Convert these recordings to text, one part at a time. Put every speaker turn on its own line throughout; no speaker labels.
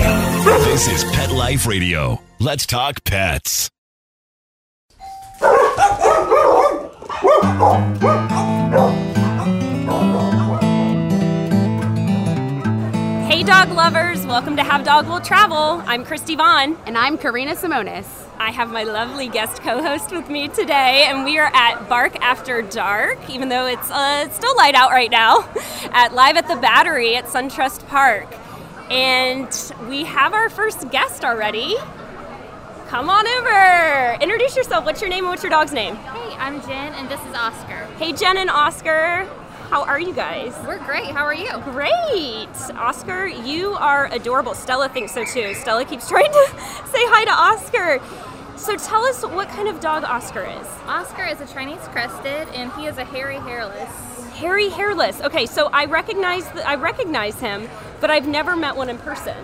This is Pet Life Radio. Let's talk pets.
Hey, dog lovers! Welcome to Have Dog Will Travel. I'm Christy Vaughn.
And I'm Karina Simonis.
I have my lovely guest co host with me today, and we are at Bark After Dark, even though it's uh, it's still light out right now, at Live at the Battery at SunTrust Park. And we have our first guest already. Come on over. Introduce yourself. What's your name and what's your dog's name?
Hey, I'm Jen, and this is Oscar.
Hey, Jen and Oscar. How are you guys?
We're great. How are you?
Great! Oscar, you are adorable. Stella thinks so too. Stella keeps trying to say hi to Oscar. So tell us what kind of dog Oscar is.
Oscar is a Chinese crested, and he is a hairy hairless.
Hairy hairless. Okay, so I recognize th- I recognize him, but I've never met one in person.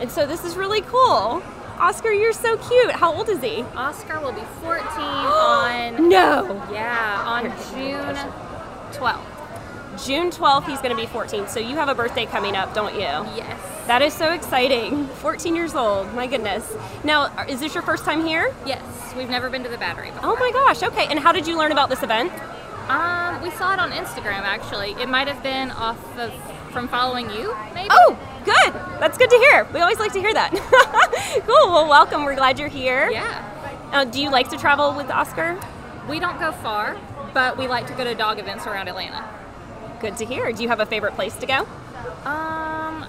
And so this is really cool. Oscar, you're so cute. How old is he?
Oscar will be 14 on
No.
yeah on June 12th.
June 12th, he's going to be 14. So you have a birthday coming up, don't you?
Yes.
That is so exciting. 14 years old. My goodness. Now, are- is this your first time here?
Yes. We've never been to the battery before.
Oh my gosh, okay. And how did you learn about this event?
Um, we saw it on Instagram actually. It might have been off of from following you, maybe.
Oh, good. That's good to hear. We always like to hear that. cool. Well, welcome. We're glad you're here.
Yeah.
Uh, do you like to travel with Oscar?
We don't go far, but we like to go to dog events around Atlanta.
Good to hear. Do you have a favorite place to go?
Um,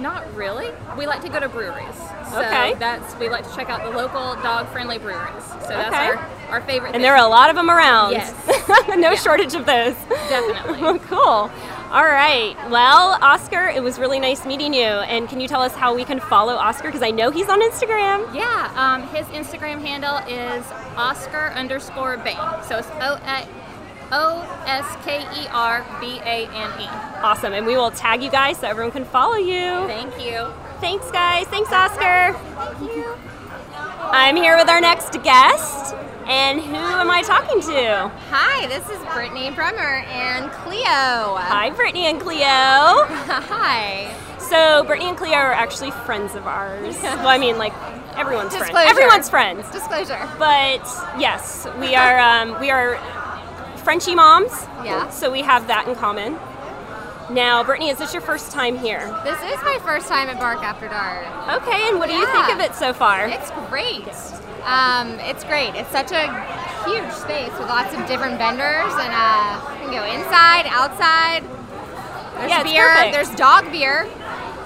not really. We like to go to breweries. So
Okay.
That's we like to check out the local dog-friendly breweries. So that's
Okay.
our, our favorite.
And there are a lot of them around.
Yes.
no shortage of those.
Definitely.
Well, cool. All right. Well, Oscar, it was really nice meeting you. And can you tell us how we can follow Oscar? Because I know he's on Instagram.
Yeah. Um, his Instagram handle is Oscar underscore Bain. So it's O A O S K E R B A N E.
Awesome. And we will tag you guys so everyone can follow you.
Thank you.
Thanks, guys. Thanks, Oscar. I'm here with our next guest, and who am I talking to?
Hi, this is Brittany Bremer and Cleo.
Hi, Brittany and Cleo.
Hi.
So, Brittany and Cleo are actually friends of ours. Well, I mean, like everyone's friends.
Disclosure.
Everyone's friends.
Disclosure.
But yes, we are um, we are Frenchie moms.
Yeah.
So we have that in common. Now, Brittany, is this your first time here?
This is my first time at Bark After Dark.
Okay, and what do you
Yeah.
think of it so far?
It's great. Um, it's great. It's such a huge space with lots of different vendors, and uh, you can go inside, outside. There's
Yeah, it's
beer.
perfect.
There's dog beer.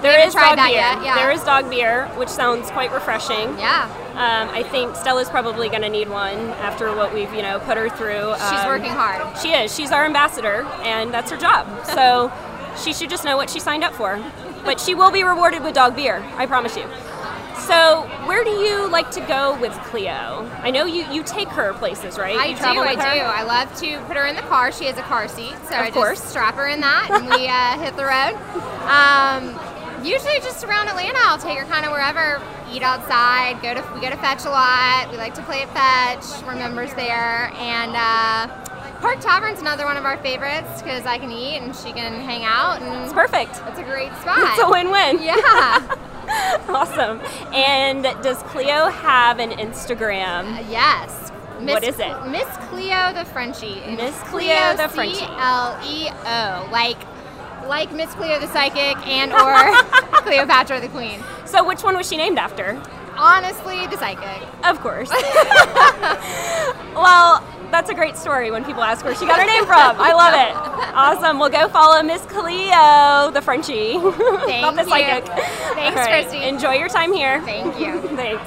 There
haven't
is
tried
dog
that
beer.
yet, yeah.
There is dog beer, which sounds quite refreshing.
Yeah.
Um, I think Stella's probably going to need one after what we've you know put her through.
She's
Um,
working hard.
She is. She's our ambassador, and that's her job. So she should just know what she signed up for. But she will be rewarded with dog beer. I promise you. So where do you like to go with Cleo? I know you you take her places, right?
I
you
do, I do. I love to put her in the car. She has a car seat, so I
course.
just strap her in that, and we uh, hit the road. Um, usually, just around Atlanta, I'll take her kind of wherever. Eat outside. Go to we go to fetch a lot. We like to play at fetch. We're members there, and uh, Park Tavern's another one of our favorites because I can eat and she can hang out,
It's
and
perfect.
it's a great spot.
It's a win-win.
yeah.
Awesome. And does Cleo have an Instagram?
yes. Miss,
What is it?
Miss Cleo the Frenchie. And
Miss
it's
Cleo the Frenchie.
C L E O. Like like Miss Cleo the psychic and or Cleopatra the queen.
So which one was she named after?
Honestly, the psychic.
Of course. well, that's a great story when people ask where she got her name from. I love it. Awesome. Well, go follow Miss Cleo, the Frenchie. Not the
Thank you.
psychic.
Thanks,
All right.
Christy.
Enjoy your time here.
Thank you.
Thanks.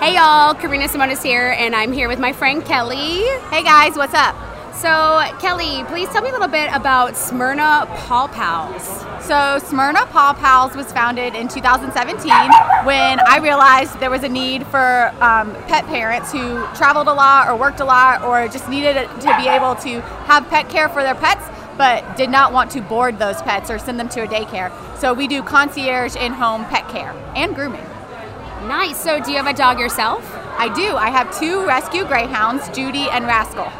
Hey y'all, Karina Simonis here, and I'm here with my friend Kelly.
Hey guys, what's up?
So, Kelly, please tell me a little bit about Smyrna Paw Pals.
So Smyrna Paw Pals was founded in 2017 when I realized there was a need for um, pet parents who traveled a lot or worked a lot or just needed to be able to have pet care for their pets but did not want to board those pets or send them to a daycare. So we do concierge in-home pet care and grooming.
Nice. So, do you have a dog yourself?
I do. I have two rescue greyhounds, Judy and Rascal.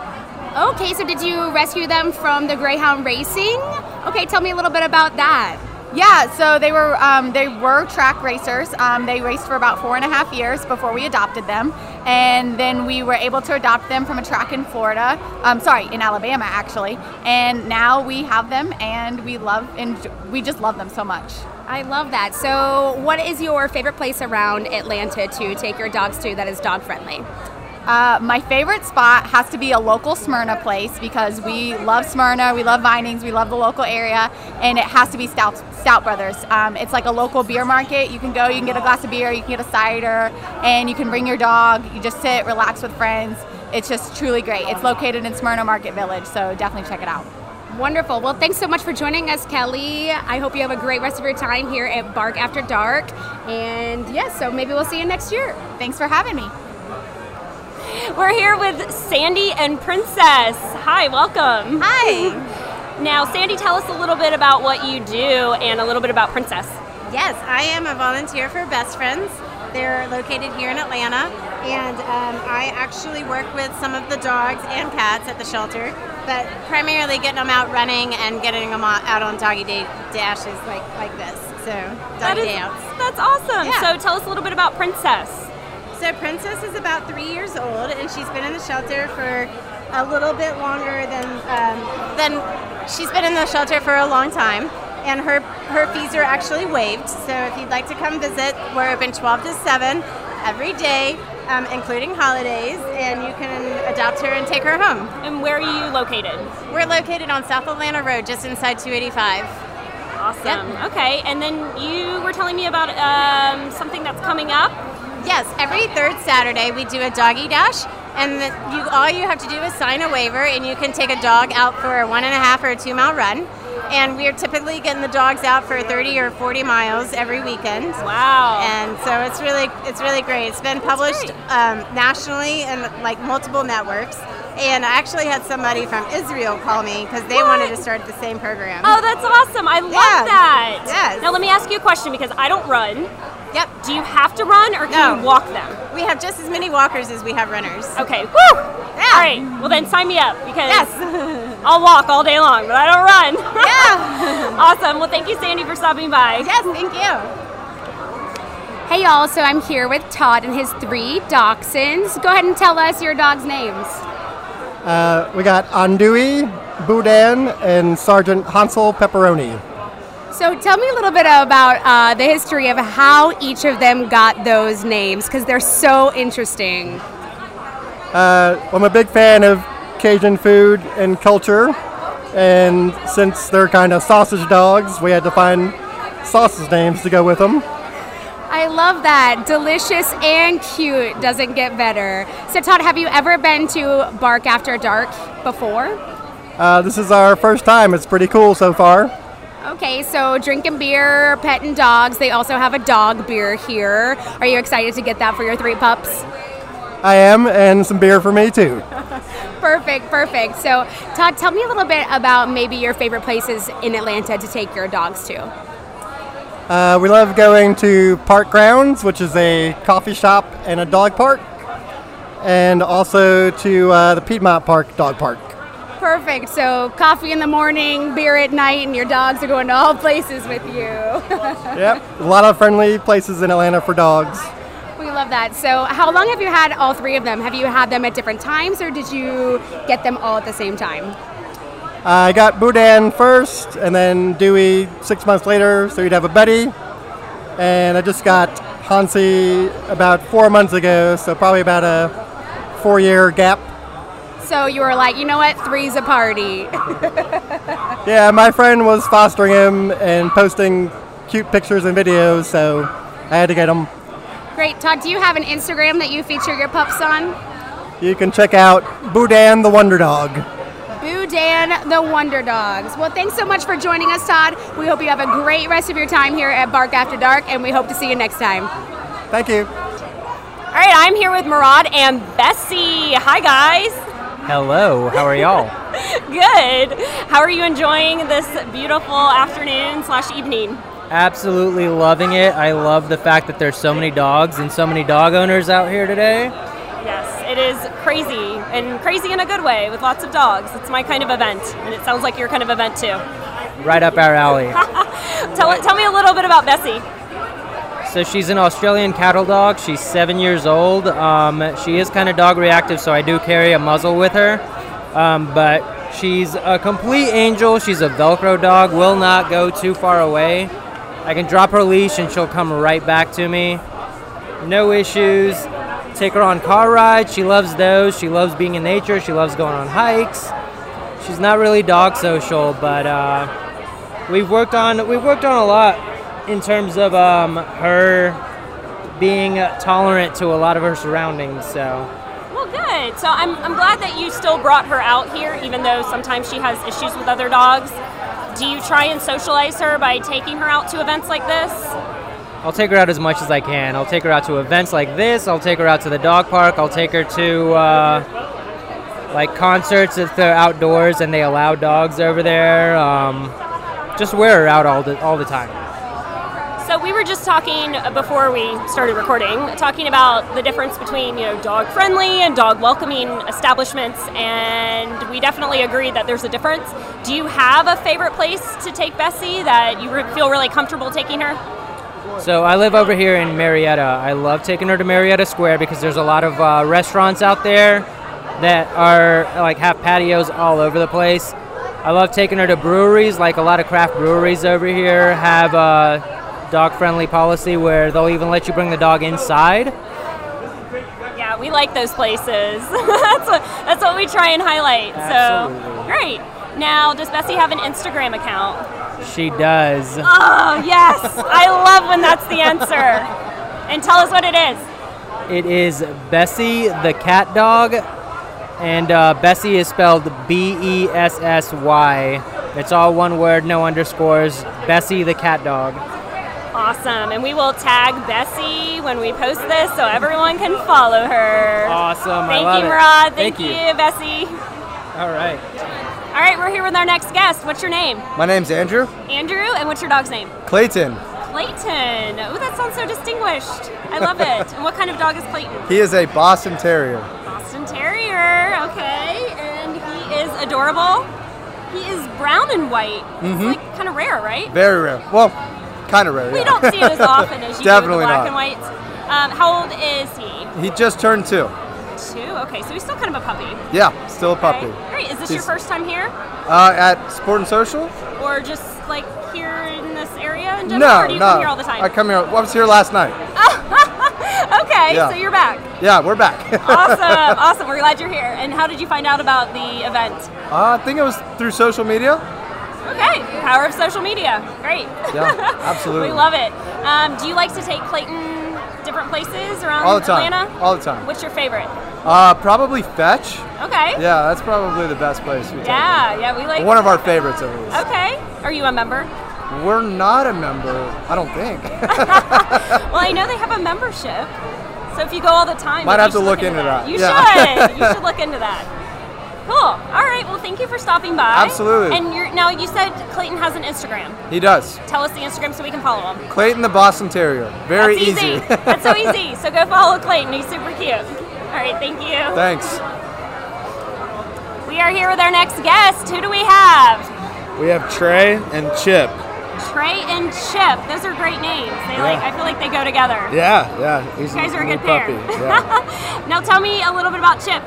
Okay, so did you rescue them from the Greyhound Racing? Okay, tell me a little bit about that.
Yeah, so they were um, they were track racers. Um, they raced for about four and a half years before we adopted them, and then we were able to adopt them from a track in Florida. Um, sorry, in Alabama actually. And now we have them, and we love and we just love them so much.
I love that. So, what is your favorite place around Atlanta to take your dogs to that is dog friendly?
Uh, my favorite spot has to be a local Smyrna place because we love Smyrna, we love Vinings, we love the local area, and it has to be Stout, Stout Brothers. Um, it's like a local beer market. You can go, you can get a glass of beer, you can get a cider, and you can bring your dog. You just sit, relax with friends. It's just truly great. It's located in Smyrna Market Village, so definitely check it out.
Wonderful. Well, thanks so much for joining us, Kelly. I hope you have a great rest of your time here at Bark After Dark. And yes, so maybe we'll see you next year.
Thanks for having me.
We're here with Sandy and Princess. Hi, welcome.
Hi.
Now, Sandy, tell us a little bit about what you do and a little bit about Princess.
Yes, I am a volunteer for Best Friends. They're located here in Atlanta, and um, I actually work with some of the dogs and cats at the shelter, but primarily getting them out running and getting them out out on doggy day dashes like like this. So
That
doggy
is-
day outs.
That's awesome.
Yeah.
So, tell us a little bit about Princess.
So Princess is about three years old, and she's been in the shelter for a little bit longer than um, than she's been in the shelter for a long time. And her her fees are actually waived. So if you'd like to come visit, we're open 12 to 7 every day, um, including holidays, and you can adopt her and take her home.
And where are you located?
We're located on South Atlanta Road, just inside 285.
Awesome. Okay. And then you were telling me about um, something that's coming up.
Yes, every third Saturday we do a doggy dash, and the, you all you have to do is sign a waiver, and you can take a dog out for a one and a half or a two mile run. And we are typically getting the dogs out for 30 or 40 miles every weekend.
Wow.
And so it's really it's really great. It's been published um, nationally and like multiple networks. And I actually had somebody from Israel call me because they wanted to start the same program.
Oh, that's awesome. I love
Yeah.
that.
Yes.
Now, let me ask you a question because I don't run.
Yep.
Do you have to run or can
No.
you walk them?
We have just as many walkers as we have runners.
Okay. Woo! All right. Well, then sign me up because
Yes.
I'll walk all day long, but I don't run.
yeah.
awesome. Well, thank you, Sandy, for stopping by.
Yes, thank you.
Hey, y'all. So, I'm here with Todd and his three dachshunds. Go ahead and tell us your dog's names.
Uh, we got Andui, Boudin, and Sergeant Hansel Pepperoni.
So, tell me a little bit about uh, the history of how each of them got those names because they're so interesting.
Uh, I'm a big fan of Cajun food and culture, and since they're kind of sausage dogs, we had to find sausage names to go with them.
I love that. Delicious and cute doesn't get better. So, Todd, have you ever been to Bark After Dark before?
Uh, this is our first time. It's pretty cool so far.
Okay, so drinking beer, petting dogs. They also have a dog beer here. Are you excited to get that for your three pups?
I am, and some beer for me too.
Perfect, perfect. So, Todd, tell me a little bit about maybe your favorite places in Atlanta to take your dogs to.
Uh, we love going to Park Grounds, which is a coffee shop and a dog park, and also to uh, the Piedmont Park Dog Park.
Perfect. So, coffee in the morning, beer at night, and your dogs are going to all places with you.
Yep, a lot of friendly places in Atlanta for dogs.
We love that. So, how long have you had all three of them? Have you had them at different times or did you get them all at the same time?
I got Boudin first, and then Dewey six months later, so you'd have a buddy. And I just got Hansi about four months ago, so probably about a four-year gap.
So, you were like, you know what? Three's a party.
Yeah, my friend was fostering him and posting cute pictures and videos, so I had to get him.
Great. Todd, do you have an Instagram that you feature your pups on?
You can check out Boudin the Wonder Dog.
Boo Dan the Wonder Dogs. Well, thanks so much for joining us, Todd. We hope you have a great rest of your time here at Bark After Dark, and we hope to see you next time.
Thank you.
All right. I'm here with Murad and Bessie. Hi, guys.
Hello, how are y'all?
Good. How are you enjoying this beautiful afternoon slash evening?
Absolutely loving it. I love the fact that there's so many dogs and so many dog owners out here today.
Yes, it is crazy and crazy in a good way with lots of dogs. It's my kind of event, and it sounds like your kind of event too.
Right up our alley.
Tell, tell me a little bit about Bessie.
So she's an Australian cattle dog. She's seven years old. Um, she is kind of dog reactive, so I do carry a muzzle with her. Um, but she's a complete angel. She's a Velcro dog, will not go too far away. I can drop her leash and she'll come right back to me. No issues. Take her on car rides. She loves those. She loves being in nature. She loves going on hikes. She's not really dog social, but uh, we've worked on we've worked on a lot in terms of um, her being tolerant to a lot of her surroundings. So
Well, good. So I'm, I'm glad that you still brought her out here, even though sometimes she has issues with other dogs. Do you try and socialize her by taking her out to events like this?
I'll take her out as much as I can. I'll take her out to events like this. I'll take her out to the dog park. I'll take her to uh, like concerts if they're outdoors and they allow dogs over there. Um, just wear her out all the all the time.
So we were just talking uh, before we started recording, talking about the difference between you know dog friendly and dog welcoming establishments, and we definitely agree that there's a difference. Do you have a favorite place to take Bessie that you re- feel really comfortable taking her?
So I live over here in Marietta. I love taking her to Marietta Square because there's a lot of uh, restaurants out there that are like have patios all over the place. I love taking her to breweries, like a lot of craft breweries over here have a dog-friendly policy where they'll even let you bring the dog inside.
Yeah, we like those places. that's what that's what we try and highlight. So
Absolutely.
great. Now, does Bessie have an Instagram account?
She does.
Oh yes, I love when that's the answer. And tell us what it is.
It is Bessie the cat dog, and uh, Bessie is spelled B E S S Y. It's all one word, no underscores. Bessie the cat dog.
Awesome. And we will tag Bessie when we post this so everyone can follow her.
Awesome. I
Thank
love
you,
it.
Rod. Thank,
you.
you, Bessie.
All right.
All right, we're here with our next guest. What's your name?
My name's Andrew
Andrew, and what's your dog's name?
Clayton.
Clayton. Oh, that sounds so distinguished. I love it. and what kind of dog is Clayton?
He is a Boston Terrier.
Boston Terrier. Okay. And he is adorable. He is brown and white. It's
Mhm.
Mm-hmm.
like kind of rare, right?
Very rare. Well, kind of rare.
We
yeah.
don't see it as often as you
Definitely
do with the black
not.
and whites. Um, how old is he?
He just turned two.
Two. Okay, so he's still kind of a puppy.
Yeah, still a puppy.
Okay. Great. Is this your
He's-
first time here,
Uh, at Sport and Social?
or just like here in this area in general,
no,
or do you
no.
come here all the time?
I come here. well, I was here last night.
okay,
Yeah.
so you're back.
Yeah, we're back.
Awesome, awesome. We're glad you're here. And how did you find out about the event?
Uh, I think it was through social media.
Okay, power of social media. Great.
Yeah, absolutely.
we love it. Um, do you like to take Clayton different places around
All the time.
Atlanta?
All the time.
What's your favorite?
Uh, probably Fetch.
Okay.
Yeah, that's probably the best place we take
Yeah, yeah, we like.
them. One of our favorites, at least.
Okay. Are you a member?
We're not a member, I don't think.
Well, I know they have a membership. So if you go all the time,
Might
you
have to
should
look into that.
You
Yeah.
should. you should look into that. Cool. All right. Well, thank you for stopping by.
Absolutely.
And you're, now you said Clayton has an Instagram.
he does.
Tell us the Instagram so we can follow him.
Clayton the Boston Terrier. Very
That's easy.
easy.
That's so easy. So go follow Clayton. He's super cute. All right. Thank you.
Thanks.
We are here with our next guest. Who do we have?
We have Trey and Chip.
Trey and Chip. Those are great names. They like.
Yeah.
I feel like they go together.
Yeah, yeah. He's
You guys
a
are a
new
good pair.
puppy, yeah.
now tell me a little bit about Chip.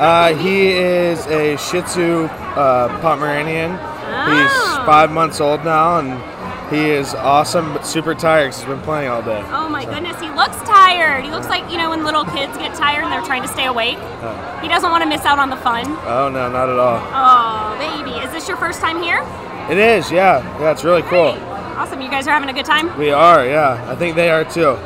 uh, he is a Shih Tzu uh, Pomeranian.
Oh.
He's five months old now, and he is awesome, but super tired 'cause he's been playing all day.
Oh my goodness, he looks tired. He looks like, you know, when little kids get tired and they're trying to stay awake.
Uh,
He doesn't want to miss out on the fun.
oh no, not at all.
Oh, baby. Is this your first time here?
It is, yeah, yeah. It's really cool.
Awesome. You guys are having a good time?
We are, yeah. I think they are too.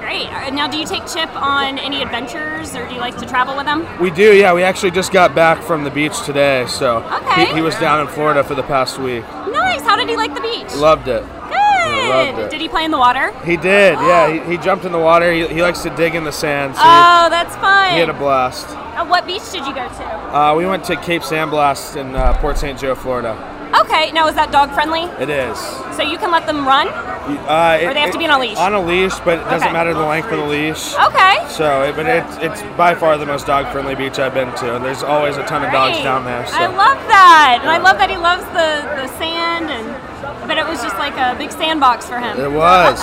Great. All right, Now, do you take Chip on any adventures or do you like to travel with him?
We do, yeah. We actually just got back from the beach today, so
Okay.
he, he was down in Florida for the past week.
Nice. How did he like the beach?
Loved it.
Good.
loved it.
Did he play in the water?
He did, yeah. He, he jumped in the water. He, he likes to dig in the sand. So he-
Oh, that's fun.
he, had a blast.
Uh, what beach did you go to?
Uh, we went to Cape Sandblast in uh, Port St. Joe, Florida.
Okay. Now, is that dog friendly?
It is.
So you can let them run?
You- Uh,
Or
it-
they have to
it-
be on a leash?
On a leash, but it doesn't
Okay.
matter the length of the leash.
Okay.
So, it, but it's it's by far the most dog-friendly beach I've been to. And there's always a ton of dogs
Great.
down there. So.
I love that. And I love that he loves the, the sand and but it was just like a big sandbox for him.
It was.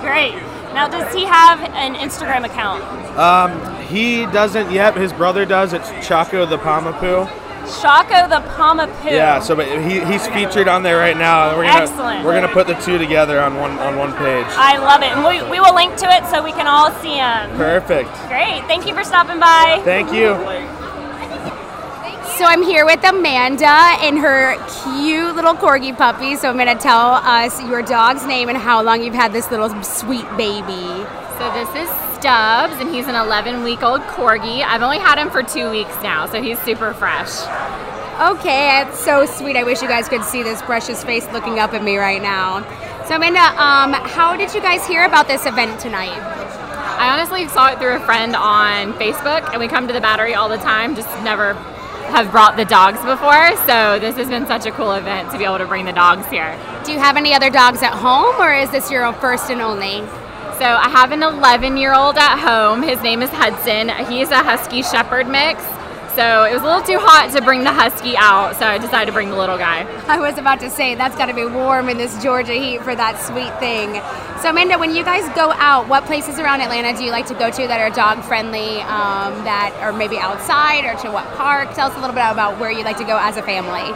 Great. Now, does he have an Instagram account?
Um, he doesn't yet. His brother does. It's Chaco the Pamapoo.
Shaco the Pomapoo.
Yeah. So, but he, he's featured on there right now. We're gonna,
Excellent.
We're gonna put the two together on one on one page.
I love it. And we, we will link to it so we can all see him.
Perfect.
Great. Thank you for stopping by.
Thank you.
So I'm here with Amanda and her cute little corgi puppy. So I'm going to tell us your dog's name and how long you've had this little sweet baby.
So this is Stubbs, and he's an 11 week old corgi. I've only had him for two weeks now, so he's super fresh.
Okay, it's so sweet. I wish you guys could see this precious face looking up at me right now. So Amanda, um, how did you guys hear about this event tonight?
I honestly saw it through a friend on Facebook, and we come to the battery all the time, just never have brought the dogs before. So this has been such a cool event to be able to bring the dogs here.
Do you have any other dogs at home, or is this your first and only?
So I have an 11 year old at home. His name is Hudson. He's a Husky Shepherd mix. So it was a little too hot to bring the Husky out, so I decided to bring the little guy.
I was about to say that's got to be warm in this Georgia heat for that sweet thing. So Amanda, when you guys go out, what places around Atlanta do you like to go to that are dog friendly? Um, that are maybe outside or to what park? Tell us a little bit about where you like to go as a family.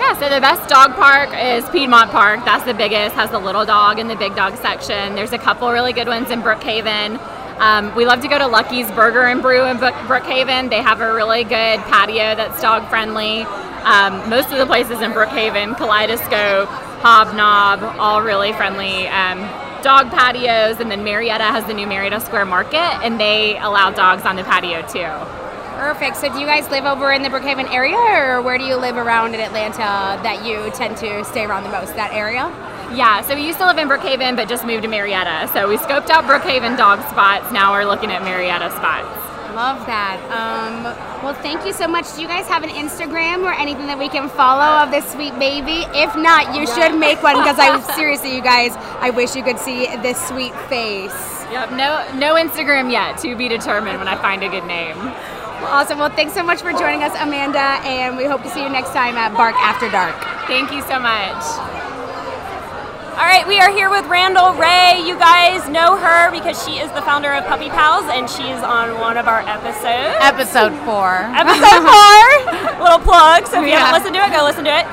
Yeah, so the best dog park is Piedmont Park. That's the biggest, has the little dog and the big dog section. There's a couple really good ones in Brookhaven. Um, we love to go to Lucky's Burger and Brew in Brook- Brookhaven. They have a really good patio that's dog friendly. Um, most of the places in Brookhaven, Kaleidoscope, Hobnob, all really friendly um, dog patios. And then Marietta has the new Marietta Square Market, and they allow dogs on the patio too.
Perfect. So do you guys live over in the Brookhaven area, or where do you live around in Atlanta that you tend to stay around the most? That area.
Yeah, so we used to live in Brookhaven, but just moved to Marietta. So we scoped out Brookhaven dog spots. Now we're looking at Marietta spots.
Love that. Um, well, thank you so much. Do you guys have an Instagram or anything that we can follow of this sweet baby? If not, you should make one because I seriously, you guys, I wish you could see this sweet face.
Yep. No, no Instagram yet. To be determined when I find a good name.
Awesome. Well, thanks so much for joining us, Amanda, and we hope to see you next time at Bark After Dark.
Thank you so much.
All right, we are here with Randall Ray. You guys know her because she is the founder of Puppy Pals, and she's on one of our episodes.
Episode four.
Episode four. Little plug. So if you
Yeah.
haven't listened to it, go listen to it.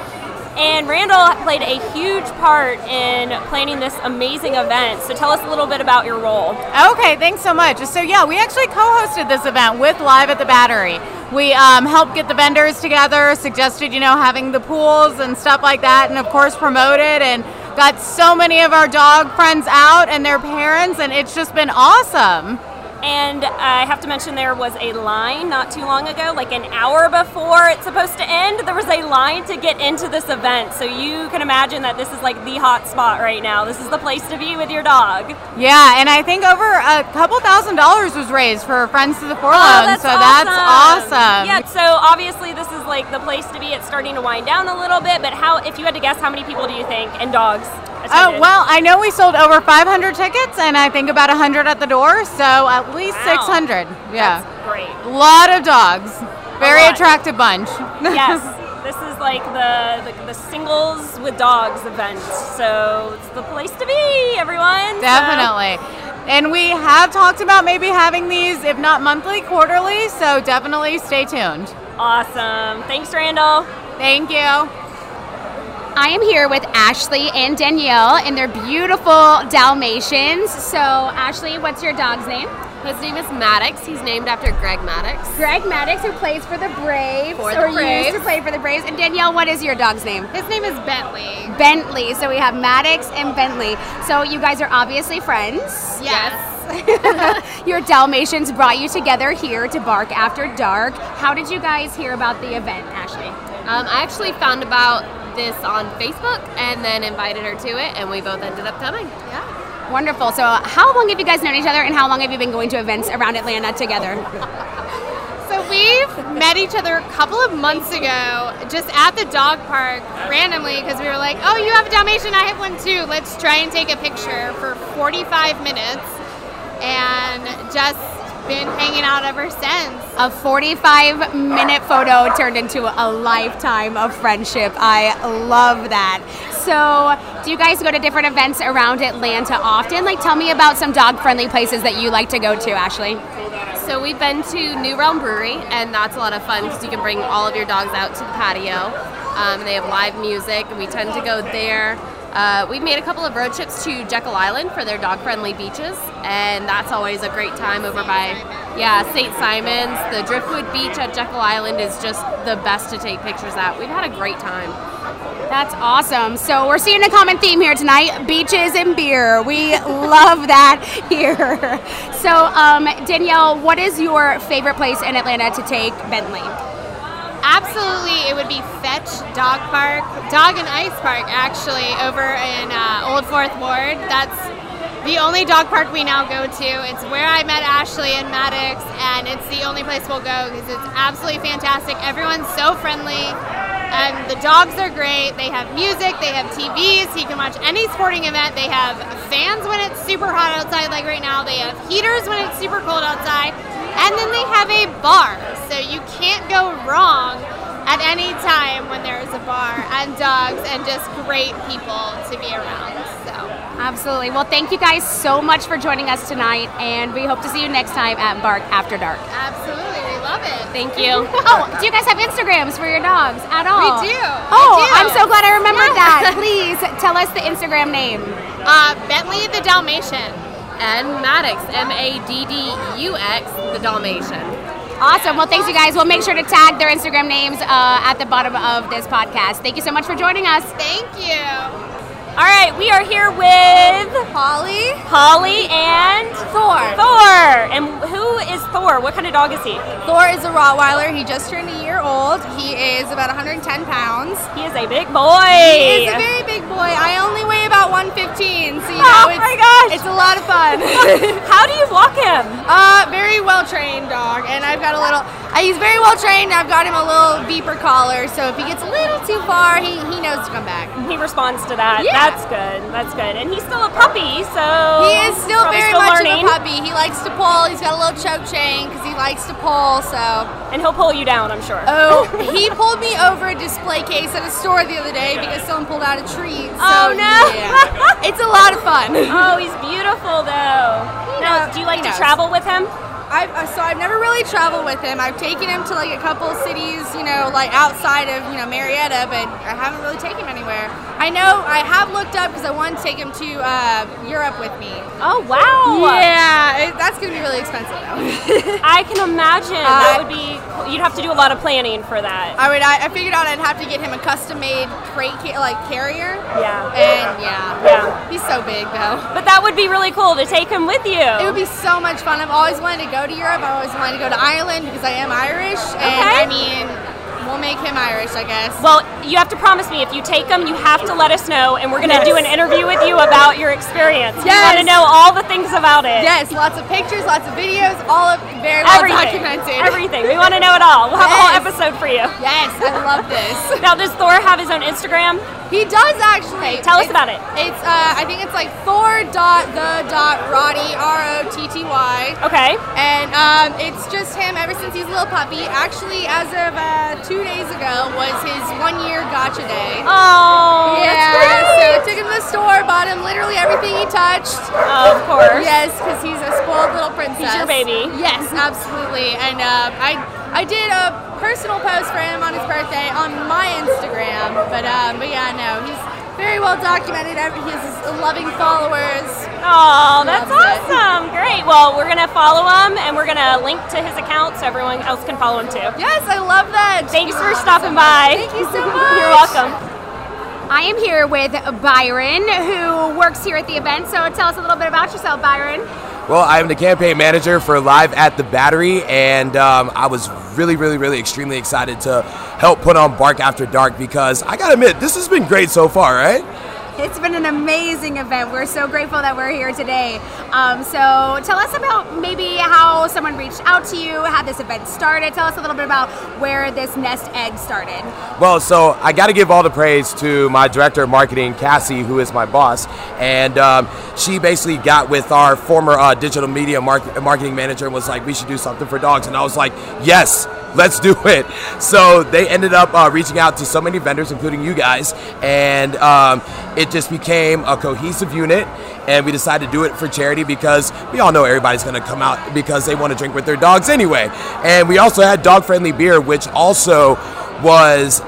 And Randall played a huge part in planning this amazing event. So tell us a little bit about your role.
Okay, thanks so much. So yeah, we actually co-hosted this event with Live at the Battery. We um, helped get the vendors together, suggested you know having the pools and stuff like that, and of course promoted and got so many of our dog friends out and their parents, and it's just been awesome.
And I have to mention there was a line not too long ago, like an hour before it's supposed to end. There was a line to get into this event. So you can imagine that this is like the hot spot right now. This is the place to be with your dog.
Yeah, and I think over a couple thousand dollars was raised for Friends to the Four Loan, Um, so Oh, that's awesome.
Oh, Yeah, so obviously this is like the place to be. It's starting to wind down a little bit, but how if you had to guess how many people do you think and dogs?
Oh
attended?
well, I know we sold over 500 tickets, and I think about 100 at the door, so at least 600. Yeah,
great.
lot of dogs, very
lot.
attractive bunch.
yes, this is like the, the the singles with dogs event. So it's the place to be, everyone. So-
definitely. And we have talked about maybe having these, if not monthly, quarterly. So definitely stay tuned.
Awesome. Thanks, Randall.
Thank you.
I am here with Ashley and Danielle and their beautiful Dalmatians. So, Ashley, what's your dog's name?
His name is Maddox. He's named after Greg Maddox.
Greg Maddox, who plays for the Braves,
For the
or used
Braves.
to play for the Braves. And Danielle, what is your dog's name?
His name is Bentley.
Bentley. So we have Maddox and Bentley. So you guys are obviously friends. Yes. your Dalmatians brought you together here to bark after dark. How did you guys hear about the event, Ashley?
Um, I actually found about this on Facebook and then invited her to it, and we both ended up coming. Yeah.
Wonderful. So how long have you guys known each other, and how long have you been going to events around Atlanta together?
So we've
met each other
a couple of months ago, just at the dog park randomly, because we were like, "Oh, you have a Dalmatian? I have one too. Let's try and take a picture for 45 minutes." And just
been hanging out ever since.
A 45 minute photo turned into a lifetime of friendship. I love that. So, do you guys go to different events around Atlanta often? Like, tell me about some dog friendly places that you like to go to, Ashley.
So we've been to New Realm Brewery, and that's a lot of fun because you can bring all of your dogs out to the patio. Um, they have live music, and we tend to go there. Uh, we've made a couple of road trips to Jekyll Island for their dog-friendly beaches, and that's always a great time over by, yeah, St. Simons. The Driftwood Beach at Jekyll Island is just the best to take pictures at. We've had a great time.
That's awesome. So we're seeing a common theme here tonight: beaches and beer. We love that here. So um, Danielle, what is your favorite place in Atlanta to take Bentley?
Absolutely, it would be Fetch Dog Park, Dog and Ice Park, actually, over in uh, Old Fourth Ward. That's the only dog park we now go to. It's where I met Ashley and Maddox, and it's the only place we'll go because it's absolutely fantastic. Everyone's so friendly, and the dogs are great. They have music, they have TVs, so you can watch any sporting event. They have fans when it's super hot outside, like right now, they have heaters when it's super cold outside. And then they have a bar, so you can't go wrong at any time when there is a bar and dogs and just great people to be around. So
Absolutely. Well, thank you guys so much for joining us tonight, and we hope to see you next time at Bark After Dark.
absolutely, we love it.
Thank
oh, do you guys have Instagrams for your dogs at all?
We do.
Oh,
We do.
I'm so glad I remembered
Yeah.
that. Please tell us the Instagram name.
Uh, Bentley the Dalmatian.
And Maddox, M A D D U X, the Dalmatian.
Awesome. Well, thanks, you guys. We'll make sure to tag their Instagram names uh, at the bottom of this podcast. Thank you so much for joining us.
Thank you.
All right, we are here with
Holly,
Holly, and
Thor.
Thor. And who is Thor? What kind of dog is he?
Thor is a Rottweiler. He just turned a year old. He is about 110 pounds.
He is a big boy.
He is a very big boy. I only weigh about 115, so you know
Oh
it's,
my gosh.
it's a lot of fun.
How do you walk him?
Uh, very well trained dog, and I've got a little. Uh, he's very well trained. I've got him a little beeper collar, so if he gets a little too far, he, he knows to come back.
He responds to that.
Yeah.
That's good. That's good. And he's still a puppy, so
He is still
probably
very
still
much
learning.
of a puppy. He likes to pull. He's got a little choke chain because he likes to pull. So.
And he'll pull you down, I'm sure.
Oh, he pulled me over a display case at a store the other day because someone pulled out a treat. So,
Oh, no.
yeah. it's a lot of fun.
Oh, he's beautiful though. Now, do you like to travel with him?
I've, uh, so I've never really traveled with him. I've taken him to like a couple cities, you know, like outside of you know Marietta, but I haven't really taken him anywhere. I know I have looked up because I want to take him to uh, Europe with me.
Oh wow!
Yeah, it, that's gonna be really expensive though. Uh,
I can imagine that would be. You'd have to do a lot of planning for
Uh,
that.
I would. I, I figured out I'd have to get him a custom-made crate ca- like carrier.
Yeah.
And yeah.
Yeah.
He's so big though.
But that would be really cool to take him with you.
It would be so much fun. I've always wanted to go to Europe. I always wanted to go to Ireland because I am Irish, and
Okay.
I mean, we'll make him Irish, I guess.
Well, you have to promise me if you take him, you have to let us know, and we're gonna do an
Yes.
interview with you about your experience.
Yes.
We want to know all the things about it.
Yes, lots of pictures, lots of videos, all of very well
Everything.
documented.
Everything. We want to know it all. We'll have a whole
Yes.
episode for you.
Yes, I love this.
now, does Thor have his own Instagram?
He does actually.
tell us
It's-
about it.
It's uh, I think it's like Thor dot the dot Roddy R O T T Y.
Okay.
And um, it's just him ever since he's a little puppy. Actually, as of uh, two days ago was his one year gotcha day.
Oh,
yeah.
that's
So I
great.
took him to the store, bought him literally everything he touched.
Of course.
Yes, because he's a spoiled little princess.
your baby.
Yes, absolutely. And um, I I did a personal post for him on his birthday on my Instagram. But um, but yeah, no, he's very well documented. Every- He has loving followers.
Oh, that's
Loves it.
awesome. Great. Well, we're going to follow him and we're going to link to his account so everyone else can follow him too.
Yes, I love that.
Thanks for stopping by.
Thank you so
You're
much.
welcome.
I am here with Byron, who works here at the event. So tell us a little bit about yourself, Byron.
Well, I'm the campaign manager for Live at the Battery, and um, I was really, really, really extremely excited to help put on Bark After Dark because I gotta admit, this has been great so far, right?
It's been an amazing event. We're so grateful that we're here today. Um, so tell us about maybe how someone reached out to you, how this event started. Tell us a little bit about where this nest egg started.
Well, so I got to give all the praise to my director of marketing, Cassie, who is my boss, and um, she basically got with our former uh, digital media market, marketing manager and was like, we should do something for dogs. And I was like, yes, let's do it. So they ended up uh, reaching out to so many vendors, including you guys, and um, it just became a cohesive unit. And we decided to do it for charity because we all know everybody's going to come out because they want to drink with their dogs anyway. And we also had dog friendly beer, which also was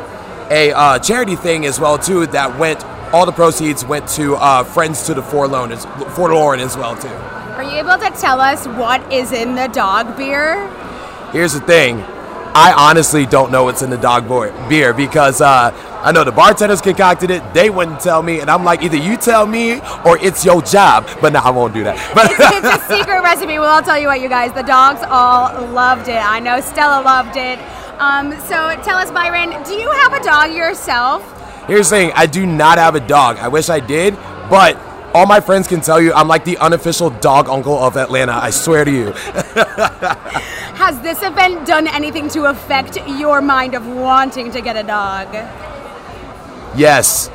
a uh, charity thing as well too that went. All the proceeds went to uh, Friends to the Forlorn as, Forlorn as well too.
Are you able to tell us what is in the dog beer?
Here's the thing. I honestly don't know what's in the dog boy beer because uh, I know the bartenders concocted it. They wouldn't tell me, and I'm like, either you tell me or it's your job. But no, I won't do that. But
it's a secret recipe. Well, I'll tell you what, you guys, the dogs all loved it. I know Stella loved it. Um, so tell us, Byron, do you have a dog yourself?
Here's the thing I do not have a dog. I wish I did, but all my friends can tell you I'm like the unofficial dog uncle of Atlanta. I swear to you.
Has this event done anything to affect your mind of wanting to get a dog?
Yes.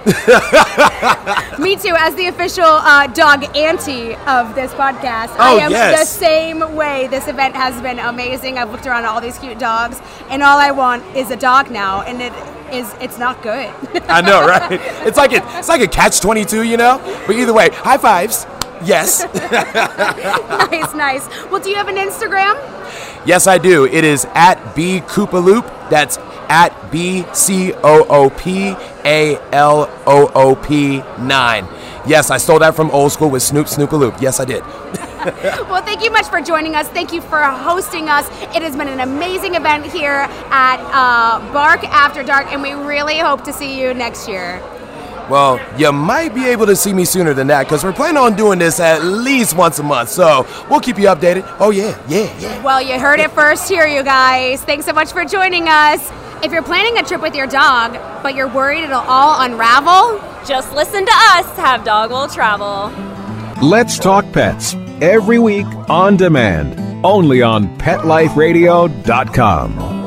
Me too, as the official uh, dog auntie of this podcast.
Oh,
I am
yes.
the same way. This event has been amazing. I've looked around at all these cute dogs, and all I want is a dog now, and it is it's not good.
I know, right? It's like a, it's like a catch 22, you know? But either way, high fives. Yes.
nice, nice. Well, do you have an Instagram?
Yes, I do. It is at B Loop. That's at B C O O P A L O O P 9. Yes, I stole that from old school with Snoop Snoopaloop. Yes, I did.
well, thank you much for joining us. Thank you for hosting us. It has been an amazing event here at uh, Bark After Dark, and we really hope to see you next year.
Well, you might be able to see me sooner than that because we're planning on doing this at least once a month. So we'll keep you updated. Oh, yeah, yeah, yeah.
Well, you heard it first here, you guys. Thanks so much for joining us. If you're planning a trip with your dog, but you're worried it'll all unravel,
just listen to us. Have dog will travel.
Let's Talk Pets, every week on demand, only on PetLifeRadio.com.